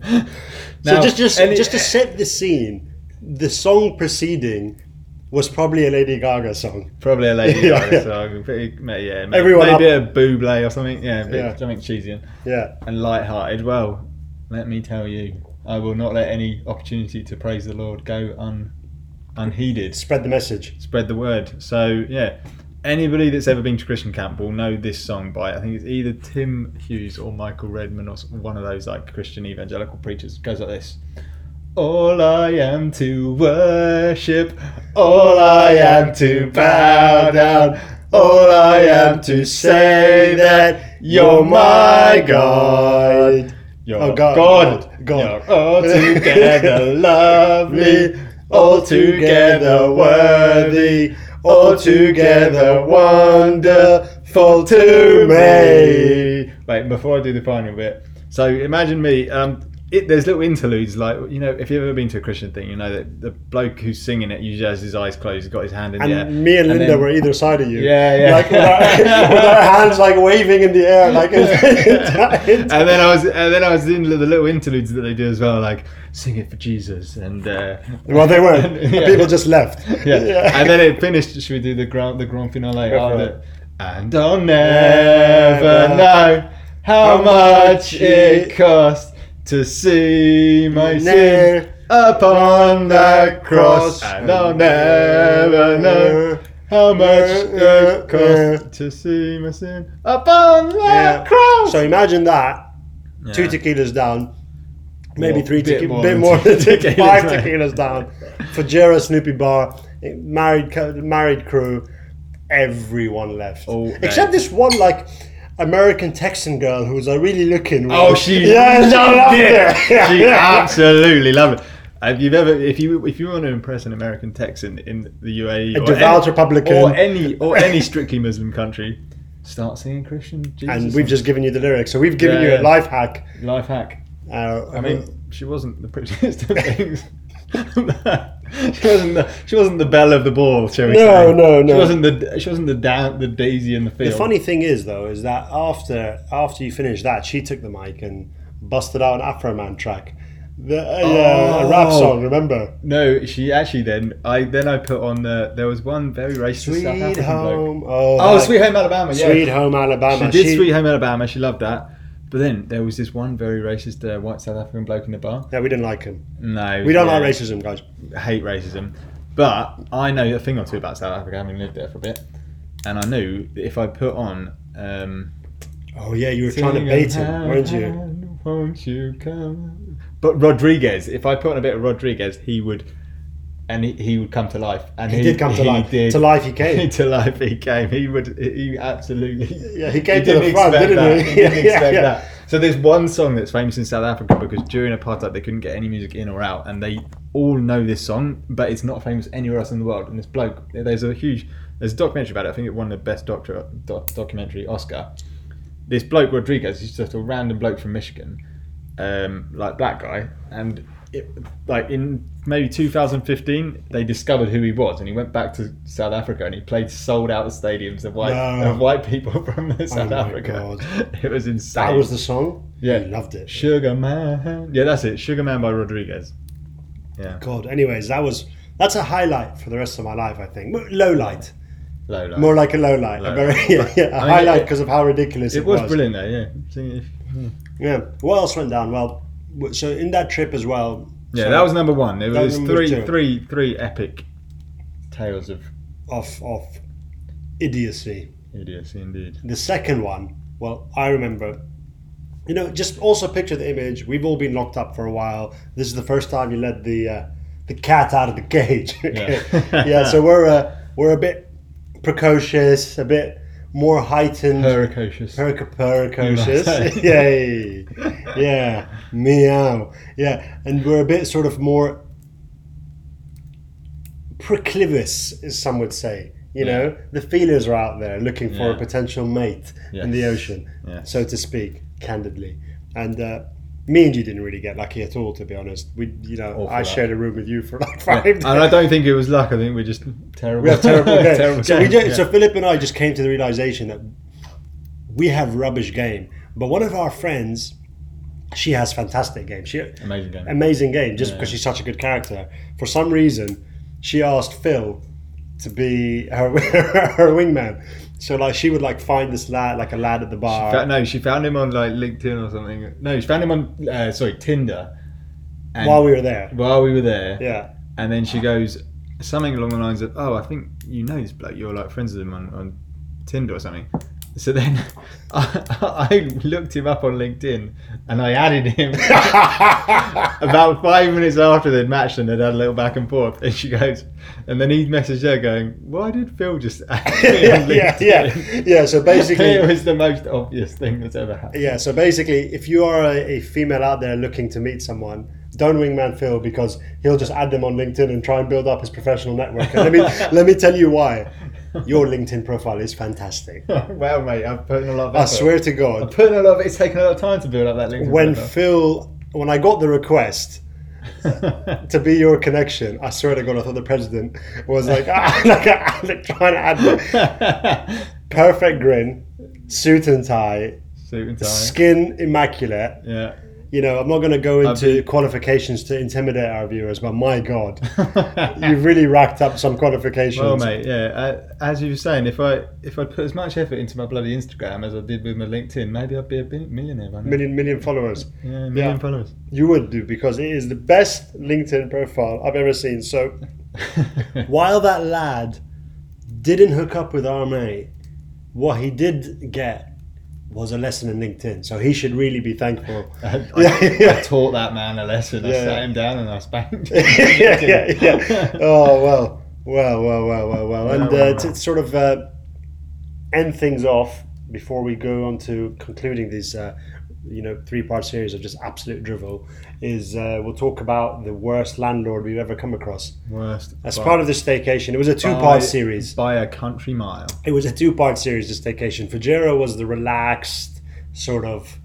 B: Now,
A: just just
B: any-
A: just to set the scene, the song preceding was probably a Lady Gaga song.
B: probably a Lady
A: Yeah,
B: Gaga
A: yeah.
B: song, pretty- ma- yeah, maybe,
A: Everyone
B: maybe a Buble or something, yeah, a bit,
A: Yeah.
B: something cheesy and-
A: Yeah,
B: and light-hearted. Well, let me tell you, I will not let any opportunity to praise the Lord go un, unheeded.
A: spread the message.
B: spread the word. So yeah, anybody that's ever been to Christian camp will know this song by I think it's either Tim Hughes or Michael Redman or s- one of those like Christian evangelical preachers. It goes like this. All I am to worship, all I am to bow down, all I am to say that you're my God. You're
A: Oh, God.
B: God, God,
A: God.
B: You're altogether lovely, altogether worthy, altogether wonderful to me. Wait, before I do the final bit, so imagine me. Um, it, there's little interludes like you know if you've ever been to a Christian thing, you know that the bloke who's singing it usually has his eyes closed, he's got his hand in
A: And
B: the air.
A: me and Linda
B: then-
A: were either side of you.
B: Yeah, yeah.
A: Like with our, with our hands like waving in the air, like.
B: and then I was, and then I was in the little interludes that they do as well, like sing it for Jesus, and uh,
A: well, they weren't.
B: Yeah.
A: People just left.
B: yeah. and then it finished. Should we do the grand, the grand finale?
A: Go for it.
B: Oh, the- and I'll never know how much it cost to see my sin upon the cross, and I'll never know. How much it cost to see my sin upon the
A: Yeah.
B: cross?
A: So imagine that.
B: Yeah.
A: Two tequilas down. Maybe
B: Well,
A: three
B: bit
A: tequilas,
B: more
A: bit
B: than
A: more
B: two
A: than tequilas,
B: tequilas,
A: five
B: right.
A: tequilas down. Fajera Snoopy Bar, married co- married crew, everyone left.
B: All
A: Except this one like American Texan girl who was like really looking.
B: Oh, she
A: yeah, she
B: loved
A: loved
B: it.
A: it.
B: She
A: Yeah.
B: absolutely loved it. If you've ever, if you if you want to impress an American Texan in the UAE,
A: A
B: or
A: devout
B: any-
A: Republican.
B: or any or any strictly Muslim country, start singing Christian Jesus.
A: And we've just given you the lyrics, so we've given
B: Yeah,
A: you a
B: yeah.
A: life hack.
B: life hack.
A: Uh,
B: I mean, she wasn't the prettiest of things. she wasn't the she wasn't the belle of the ball, shall we
A: No,
B: say.
A: no, no.
B: She wasn't the she wasn't the down the daisy in the field.
A: The funny thing is, though, is that after after you finished that, she took the mic and busted out an Afro Man track, the, uh, yeah, a rap
B: Oh.
A: song. Remember,
B: no, she actually then I then I put on the there was one very racist South
A: Sweet
B: African bloke.
A: Home. Oh,
B: Oh,
A: that-
B: Sweet Home Alabama. Yeah.
A: Sweet Home Alabama.
B: She did
A: She-
B: Sweet Home Alabama. She loved that. But then there was this one very racist uh, white South African bloke in the bar.
A: Yeah, we didn't like him.
B: No,
A: We don't
B: yeah,
A: like racism, guys.
B: Hate racism. But I know a thing or two about South Africa, having lived there for a bit. And I knew that if I put on, um,
A: Oh yeah, you were trying to bait him, weren't you?
B: Won't you come? But Rodriguez, if I put on a bit of Rodriguez, he would, and he, he would come to life. And
A: He,
B: he,
A: did come to
B: he
A: life.
B: did.
A: To life he came.
B: to life he came. He would. He absolutely.
A: Yeah, he came to the
B: didn't
A: front,
B: expect
A: didn't
B: that.
A: he?
B: didn't
A: Yeah,
B: expect
A: yeah.
B: that. So there's one song that's famous in South Africa because during apartheid they couldn't get any music in or out, and they all know this song, but it's not famous anywhere else in the world. And this bloke, there's a huge, there's a documentary about it. I think it won the best doctor doc, documentary Oscar. This bloke Rodriguez, he's just a random bloke from Michigan, um, like black guy, and it, like in maybe 2015 they discovered who he was, and he went back to South Africa and he played sold out stadiums of white
A: No.
B: of white people from South
A: Oh my
B: Africa. It was insane.
A: That was the song.
B: Yeah.
A: he loved it.
B: Sugar Man. Yeah, that's it. Sugar Man by Rodriguez. Yeah,
A: God. Anyways, that was that's a highlight for the rest of my life. I think low light,
B: low light.
A: more like a low light, a
B: Low
A: very
B: light.
A: yeah, yeah, a
B: I mean,
A: highlight
B: it-
A: because of how ridiculous it,
B: it was brilliant though. Yeah, Sing it if-
A: Yeah. What else went down? Well, w- so in that trip as well.
B: yeah.
A: so
B: That was number one. There
A: That
B: was
A: was number
B: three,
A: two.
B: three, three epic tales of
A: off off idiocy.
B: idiocy indeed.
A: The second one, well, I remember. You know, just also picture the image. We've all been locked up for a while. This is the first time you let the uh, the cat out of the cage. Okay.
B: Yeah.
A: yeah. So we're uh, we're a bit precocious, a bit more heightened.
B: Pericocious.
A: Perica pericocious.
B: You must say.
A: Yay. Yeah. Meow. Yeah. And we're a bit sort of more proclivus, as some would say. You
B: Yeah.
A: know, the feelers are out there looking for a
B: Yeah.
A: potential mate in the
B: Yes.
A: ocean,
B: Yes.
A: so to speak, candidly. And uh, me and you didn't really get lucky at all, to be honest. We, you know,
B: Awful
A: I
B: luck.
A: shared a room with you for like
B: Yeah,
A: five
B: And I don't think it was luck. I think we're just terrible.
A: we have terrible game.
B: terrible
A: so we
B: games,
A: did,
B: yeah.
A: so Philip and I just came to the realization that we have rubbish game, but one of our friends, she has fantastic game. She
B: Amazing game.
A: amazing game just
B: Yeah.
A: because she's such a good character. For some reason, she asked Phil to be her, her wingman. So like she would like find this lad like a lad at the bar.
B: Fa- no, she found him on like LinkedIn or something. No, she found him on uh, sorry Tinder. And
A: while we were there.
B: while we were there,
A: Yeah.
B: and then she goes something along the lines of, "Oh, I think you know this bloke. You're like friends with him on, on Tinder or something." So then I, I looked him up on LinkedIn and I added him about five minutes after they'd matched and they'd had a little back and forth. And she goes, and then he messaged her going, "Why did Phil just add me
A: yeah,
B: on
A: yeah,
B: LinkedIn?"
A: yeah, yeah. So basically,
B: it was the most obvious thing that's ever happened.
A: Yeah, so basically, if you are a, a female out there looking to meet someone, don't wingman Phil because he'll just add them on LinkedIn and try and build up his professional network. And let me let me tell you why. Your LinkedIn profile is fantastic.
B: well, mate, I've put in a lot of
A: I
B: effort.
A: swear to
B: I've
A: God,
B: put in a lot of, it's taken a lot of time to build up that LinkedIn
A: when
B: profile.
A: Phil when I got the request to be your connection, I swear to God, I thought the president was like, ah, like a, trying to add perfect grin, suit and tie,
B: Suit and tie.
A: skin immaculate.
B: Yeah.
A: You know, I'm not going to go
B: I'd
A: into
B: be-
A: qualifications to intimidate our viewers, but my God, you've really racked up some qualifications.
B: Well, mate, yeah. Uh, as you were saying, if I if I put as much effort into my bloody Instagram as I did with my LinkedIn, maybe I'd be a bin- millionaire by now.
A: Million, million followers.
B: yeah, million
A: Yeah.
B: followers.
A: You would do because it is the best LinkedIn profile I've ever seen. So while that lad didn't hook up with our mate, what he did get was a lesson in LinkedIn. So he should really be thankful.
B: I,
A: Yeah,
B: I,
A: yeah.
B: I taught that man a lesson. I
A: Yeah.
B: sat him down and I spanked him.
A: yeah, yeah, yeah. Oh well, well, well, well, well, well. And
B: Well,
A: uh,
B: well,
A: to
B: well.
A: sort of uh, end things off before we go on to concluding this, uh, you know, three-part series of just absolute drivel, is uh, we'll talk about the worst landlord we've ever come across.
B: Worst.
A: As
B: by-
A: part of the staycation, it was a
B: by-
A: two-part series.
B: By a country mile.
A: It was a two-part series. The staycation. Fajero was the relaxed sort of.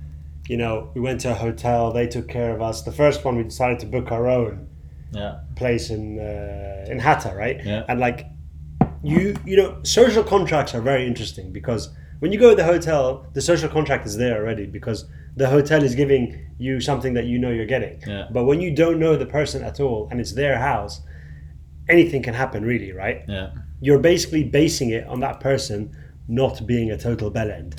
A: You know, we went to a hotel. They took care of us. The first one, we decided to book our own
B: Yeah.
A: place in uh, in Hatta, right?
B: Yeah.
A: And like you you know, social contracts are very interesting because when you go to the hotel, the social contract is there already because the hotel is giving you something that you know you're getting.
B: Yeah.
A: But when you don't know the person at all and it's their house, anything can happen really, right?
B: Yeah.
A: You're basically basing it on that person not being a total bell end.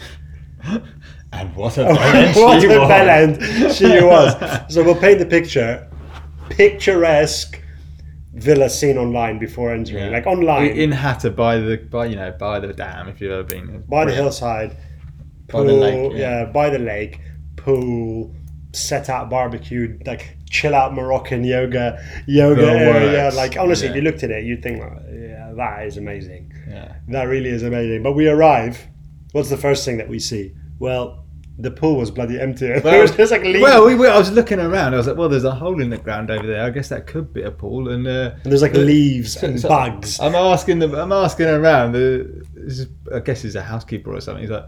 B: And what a bellend
A: Oh, what
B: she
A: a
B: was.
A: bell end she was. So we'll paint the picture. Picturesque villa seen online before entering.
B: Yeah.
A: Like online.
B: In Hatter by the by, you know, by the dam. If you've ever been
A: by the hillside.
B: by
A: Pool,
B: the lake. Yeah.
A: yeah. by the lake. Pool. Set out barbecue, like chill out Moroccan yoga, yoga
B: The
A: area.
B: works.
A: Like honestly, if you
B: Yeah.
A: looked at it, you'd think, like, yeah, that is amazing.
B: yeah.
A: That really is amazing. But we arrive. What's the first thing that we see? Well, the pool was bloody empty. it was just like leaves.
B: well, we, were I was looking around. I was like, well, there's a hole in the ground over there. I guess that could be a pool. And, uh,
A: And there's like leaves
B: So-
A: and
B: so uh,
A: bugs.
B: I'm asking them. I'm asking around. The, this is, I guess he's a housekeeper or something. He's like,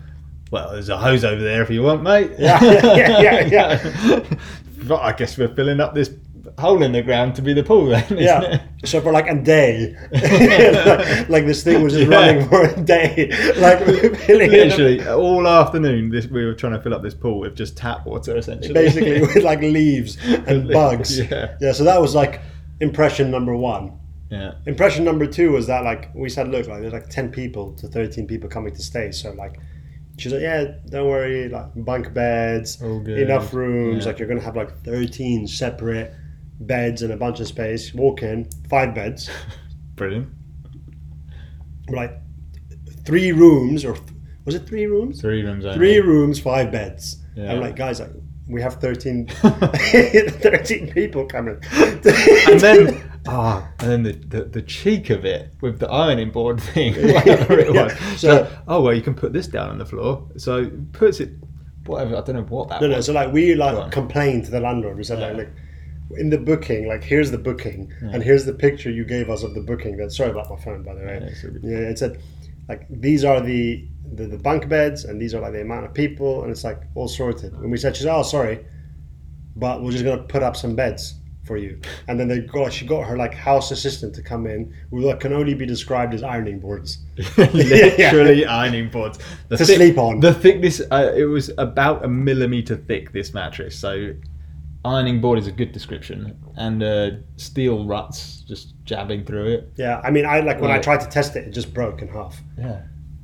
B: well, there's a hose over there if you want, mate.
A: Yeah, yeah, yeah, yeah.
B: but I guess we're filling up this hole in the ground to be the pool then. Isn't
A: Yeah.
B: It?
A: So for like a day, like, like this thing was just
B: Yeah.
A: running for a day. Like filling it up-
B: Literally all afternoon, this, we were trying to fill up this pool with just tap water, essentially.
A: basically with like leaves and bugs.
B: Yeah.
A: yeah. So that was like impression number one.
B: yeah,
A: Impression number two was that like we said, look, like there's like ten people to thirteen people coming to stay. So like. She's like, yeah, don't worry, like bunk beds,
B: All good.
A: enough rooms.
B: Yeah.
A: Like you're gonna have like 13 separate beds and a bunch of space. Walk in, five beds.
B: brilliant.
A: like three rooms or was it three rooms?
B: Three rooms only.
A: Three rooms, five beds.
B: Yeah.
A: I'm like, guys, like, we have 13, 13 people coming. and
B: and then ah, and then the, the the cheek of it with the ironing board thing, whatever it
A: Yeah,
B: was.
A: so-
B: So, oh well, you can put this down on the floor. So puts it, whatever. I don't know what that
A: no, no.
B: was.
A: So like, we
B: Go
A: like
B: on.
A: complained to the landlord. We said like,
B: Yeah.
A: look, in the booking, like, here's the booking, and here's the picture you gave us of the booking. That sorry about my phone, by the way.
B: Yeah, it's all good.
A: Yeah, it said like these are the, the the bunk beds and these are like the amount of people and it's like all sorted. And we said she's oh sorry, but we're just gonna put up some beds for you. And then they got she got her like house assistant to come in with what can only be described as ironing boards.
B: Literally ironing boards the
A: To sleep on.
B: The thickness, uh, it was about a millimeter thick. This mattress, so ironing board is a good description, and uh, steel ruts just jabbing through it.
A: Yeah, I mean I like when I
B: Right.
A: tried to test it, it just broke in half,
B: Yeah.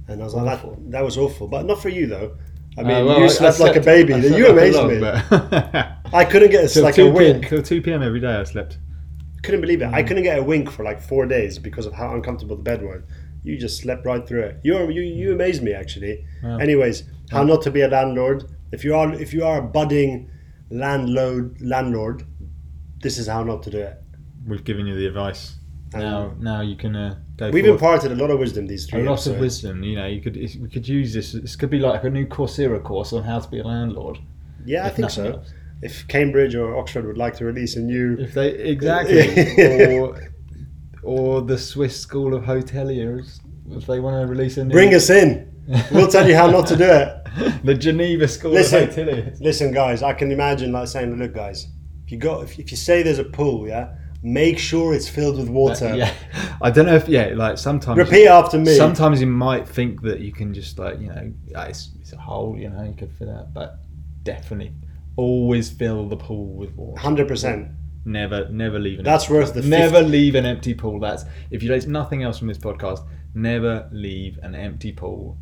A: and I was like that that was awful, but not for you though. I mean,
B: Uh, well, I-
A: you
B: I
A: slept like a baby.
B: I
A: You
B: slept like
A: amazed
B: a
A: me.
B: log, but-
A: I couldn't get a,
B: Till
A: like a
B: 2 p.m.
A: wink.
B: Till 2 p.m. every day I slept.
A: Couldn't believe it. I couldn't get a wink for like four days because of how uncomfortable the bed was. You just slept right through it. You you, you amazed me actually.
B: Wow.
A: Anyways, how not to be a landlord. If you are if you are a budding landlord landlord, this is how not to do it.
B: We've given you the advice.
A: Um,
B: now, now you can uh, go.
A: We've
B: forth.
A: imparted a lot of wisdom these
B: a
A: three.
B: lot of
A: episodes.
B: wisdom. You know, you could if- we could use this. This could be like a new Coursera course on how to be a landlord.
A: Yeah, I
B: if
A: think
B: nothing
A: so.
B: else.
A: If Cambridge or Oxford would like to release a new
B: If they exactly or or the Swiss School of Hoteliers, if they want to release a new
A: bring us in, we'll tell you how not to do it.
B: the Geneva School
A: Listen.
B: of Ateliers.
A: Listen, guys, I can imagine like saying, "Look, guys, if you got if, if you say there's a pool, yeah, make sure it's filled with water.
B: Uh, Yeah, I don't know if yeah, like sometimes
A: Repeat after me.
B: Sometimes you might think that you can just like you know ah, it's, it's a hole, you know, you could fill out, but definitely always fill the pool with water.
A: Hundred percent.
B: Never, never leave an
A: That's worth the
B: empty, never leave an empty pool. That's if you take nothing else from this podcast, never leave an empty pool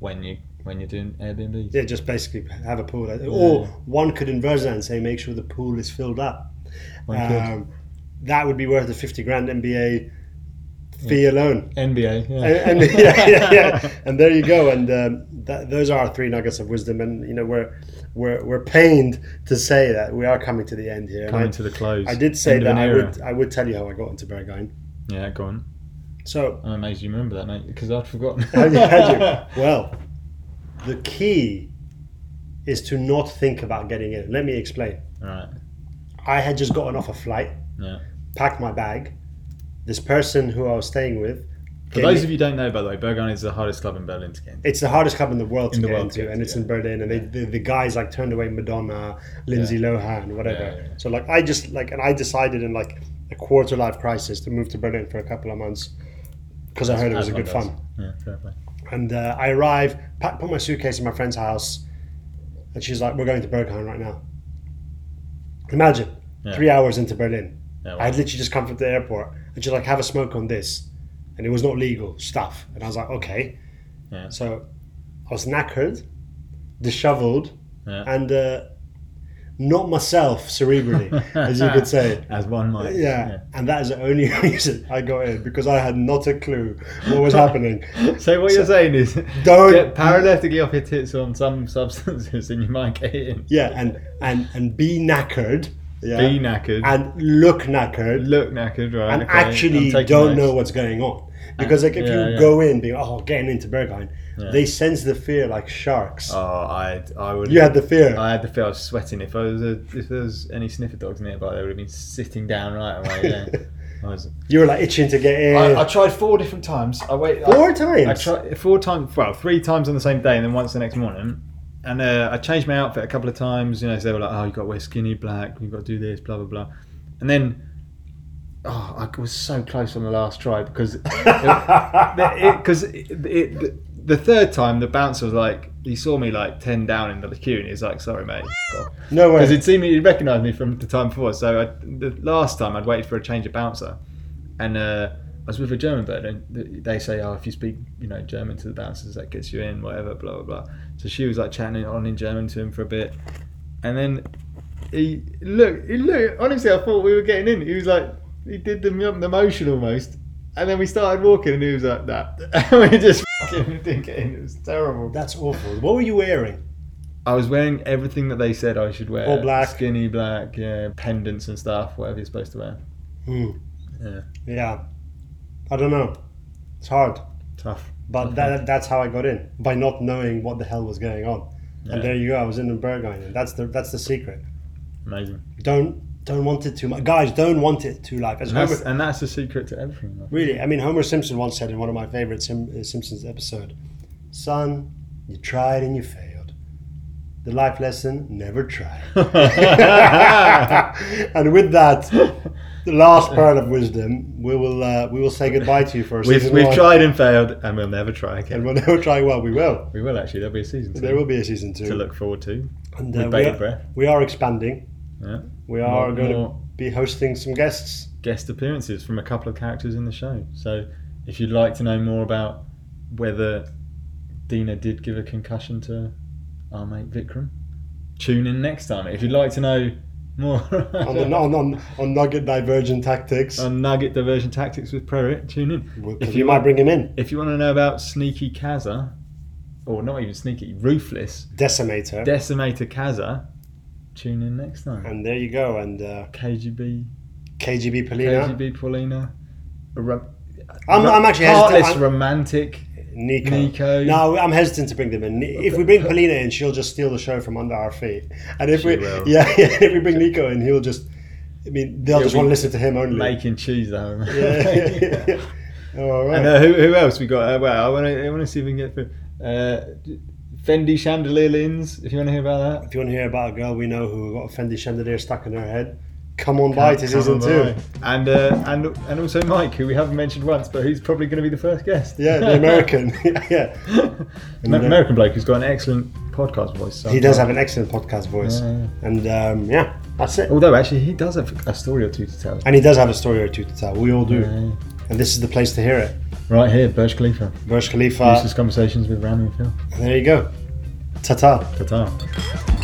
B: when you when you're doing Airbnbs.
A: Yeah, just basically have a pool. Or one could invert that and say, make sure the pool is filled up.
B: One could.
A: Um, that would be worth the 50 grand MBA fee alone.
B: NBA, yeah.
A: And, and- yeah, yeah, yeah. and there you go. And um, that, those are our three nuggets of wisdom. And, you know, we're, we're, we're pained to say that we are coming to the end here. And
B: coming to the close.
A: I, I did say
B: End of
A: that
B: an
A: I
B: era.
A: would, I would tell you how I got into Berghain.
B: Yeah, go on.
A: So,
B: I'm amazed you remember that, mate, because I'd forgotten.
A: had you, had you? Well, the key is to not think about getting in. Let me explain.
B: All right.
A: I had just gotten off a flight,
B: Yeah.
A: packed my bag. This person who I was staying with,
B: For
A: gave
B: those
A: me-
B: of you who don't know, by the way, Berghain is the hardest club in Berlin to get in.
A: it's the hardest club in the world to
B: In the
A: get
B: world
A: into,
B: to get
A: and
B: to,
A: it's in Berlin. And they, the, the guys like turned away Madonna, Lindsay Lohan, whatever.
B: Yeah, yeah, yeah.
A: So like I just like, and I decided in like a quarter life crisis to move to Berlin for a couple of months because I heard it was a
B: As
A: good
B: one
A: fun.
B: does. Yeah, fair play.
A: And uh, I arrive, pack, put my suitcase in my friend's house, and she's like, "We're going to Berghain right now." Imagine
B: Yeah.
A: three hours into Berlin.
B: Yeah,
A: I
B: well,
A: had literally just come from the airport and she's like, have a smoke on this. And it was not legal stuff. And I was like, okay.
B: Yeah.
A: So I was knackered, disheveled,
B: Yeah.
A: and uh, not myself cerebrally, as you could say.
B: As one might.
A: Yeah. And that is the only reason I got in because I had not a clue what was happening.
B: So what you're saying is,
A: Don't-
B: get paralytically off your tits on some substances, and you might get in.
A: Yeah. And, and, and be knackered. Yeah.
B: Be knackered.
A: and look knackered.
B: look knackered, right?
A: and
B: okay, I'm
A: actually
B: taking
A: don't
B: notes.
A: know what's going on. Because like if
B: yeah,
A: you
B: yeah.
A: go in being oh getting into Berghain,
B: Yeah.
A: they sense the fear like sharks.
B: Oh, I, I would.
A: you had the fear.
B: I had the fear I was sweating. If I was, a, if there was any sniffer dogs nearby, they would have been sitting down right away. Yeah. I was.
A: you were like itching to get in.
B: I, I tried four different times. I wait. I-
A: Four times.
B: I tried four times. Well, three times on the same day, and then once the next morning. And uh, I changed my outfit a couple of times. You know, so they were like, "Oh, you got to wear skinny black. You have got to do this, blah blah blah." And then, oh, I was so close on the last try because because it, it, it, the third time the bouncer was like, he saw me like ten down in the queue, and he was like, "Sorry, mate."
A: no
B: Because
A: way.
B: he'd seen me, he'd recognised me from the time before. So I, the last time I'd waited for a change of bouncer, and uh, I was with a German bird, and th- they say, "Oh, if you speak, you know, German to the bouncers, that gets you in, whatever, blah blah blah." So she was like chatting on in German to him for a bit, and then he look, he look. Honestly, I thought we were getting in. He was like, he did the, mo- the motion almost, and then we started walking, and he was like that. And we just fucking didn't get in. It was terrible.
A: That's awful. What were you wearing?
B: I was wearing everything that they said I should wear.
A: All black.
B: skinny black, yeah, pendants and stuff, whatever you're supposed to wear.
A: Hmm.
B: Yeah.
A: Yeah. I don't know. It's hard.
B: Tough.
A: But that, that's how I got in by not knowing what the hell was going on.
B: Yeah.
A: And there you go. I was in Berghain, and that's the that's the secret.
B: Amazing.
A: Don't don't want it too much, guys. Don't want it too life. As
B: And that's,
A: Homer-
B: and that's the secret to everything. man.
A: Really, I mean, Homer Simpson once said in one of my favorite Sim- uh, Simpsons episode, "Son, you tried and you failed. The life lesson: never try." and with that, the last pearl of wisdom, we will uh, we will say goodbye to you for a
B: we've
A: season
B: we've
A: one.
B: tried and failed, and we'll never try again.
A: and we'll never try. Well, we will.
B: We will actually. There'll be a season two
A: There will be a season two.
B: to look forward to.
A: and
B: With
A: uh, we,
B: bated
A: are,
B: breath.
A: we are expanding.
B: Yeah.
A: We are
B: More-
A: going
B: more
A: to be hosting some guests.
B: guest appearances from a couple of characters in the show. So, if you'd like to know more about whether Dina did give a concussion to our mate Vikram, tune in next time. If you'd like to know more
A: On, the, on, on, on Nugget Divergent Tactics,
B: on Nugget Diversion Tactics with Prerit, tune in.
A: because
B: you
A: we might
B: want-
A: bring him in.
B: If you want to know about Sneaky Kaza, or not even Sneaky, Ruthless
A: Decimator.
B: Decimator Kaza, tune in next time.
A: and there you go. And uh,
B: KGB,
A: KGB Polina.
B: KGB Paulina, a ro-
A: I'm, I'm actually hesitant.
B: heartless
A: I'm,
B: romantic.
A: Nico.
B: Nico.
A: No, I'm hesitant to bring them in. If we bring Polina in, she'll just steal the show from under our feet. And if
B: She
A: we,
B: will.
A: yeah, if we bring Nico in, he'll just. I mean, they'll
B: He'll
A: just want
B: be
A: to listen to him only.
B: making cheese though.
A: Yeah, yeah, yeah. All right.
B: And uh, who, who else we got? Uh, well, I want to I want to see if we can get through. Uh, Fendi chandelier lens. If you want to hear about that,
A: If you want to hear about a girl we know who got a Fendi chandelier stuck in her head, come on by to season
B: Come on
A: two.
B: by. and uh, and and also Mike, who we haven't mentioned once, but who's probably going to be the first guest.
A: Yeah, the American. yeah,
B: An American bloke who's got an excellent podcast voice. so-
A: he does have an excellent podcast voice,
B: Yeah,
A: and um, yeah, that's it.
B: Although actually, he does have a story or two to tell.
A: And he does have a story or two to tell. We all do,
B: Yeah.
A: and this is the place to hear it.
B: Right here, Burj Khalifa.
A: Burj Khalifa.
B: Useless conversations with Rami and Phil.
A: There you go. Ta ta.
B: Ta-ta.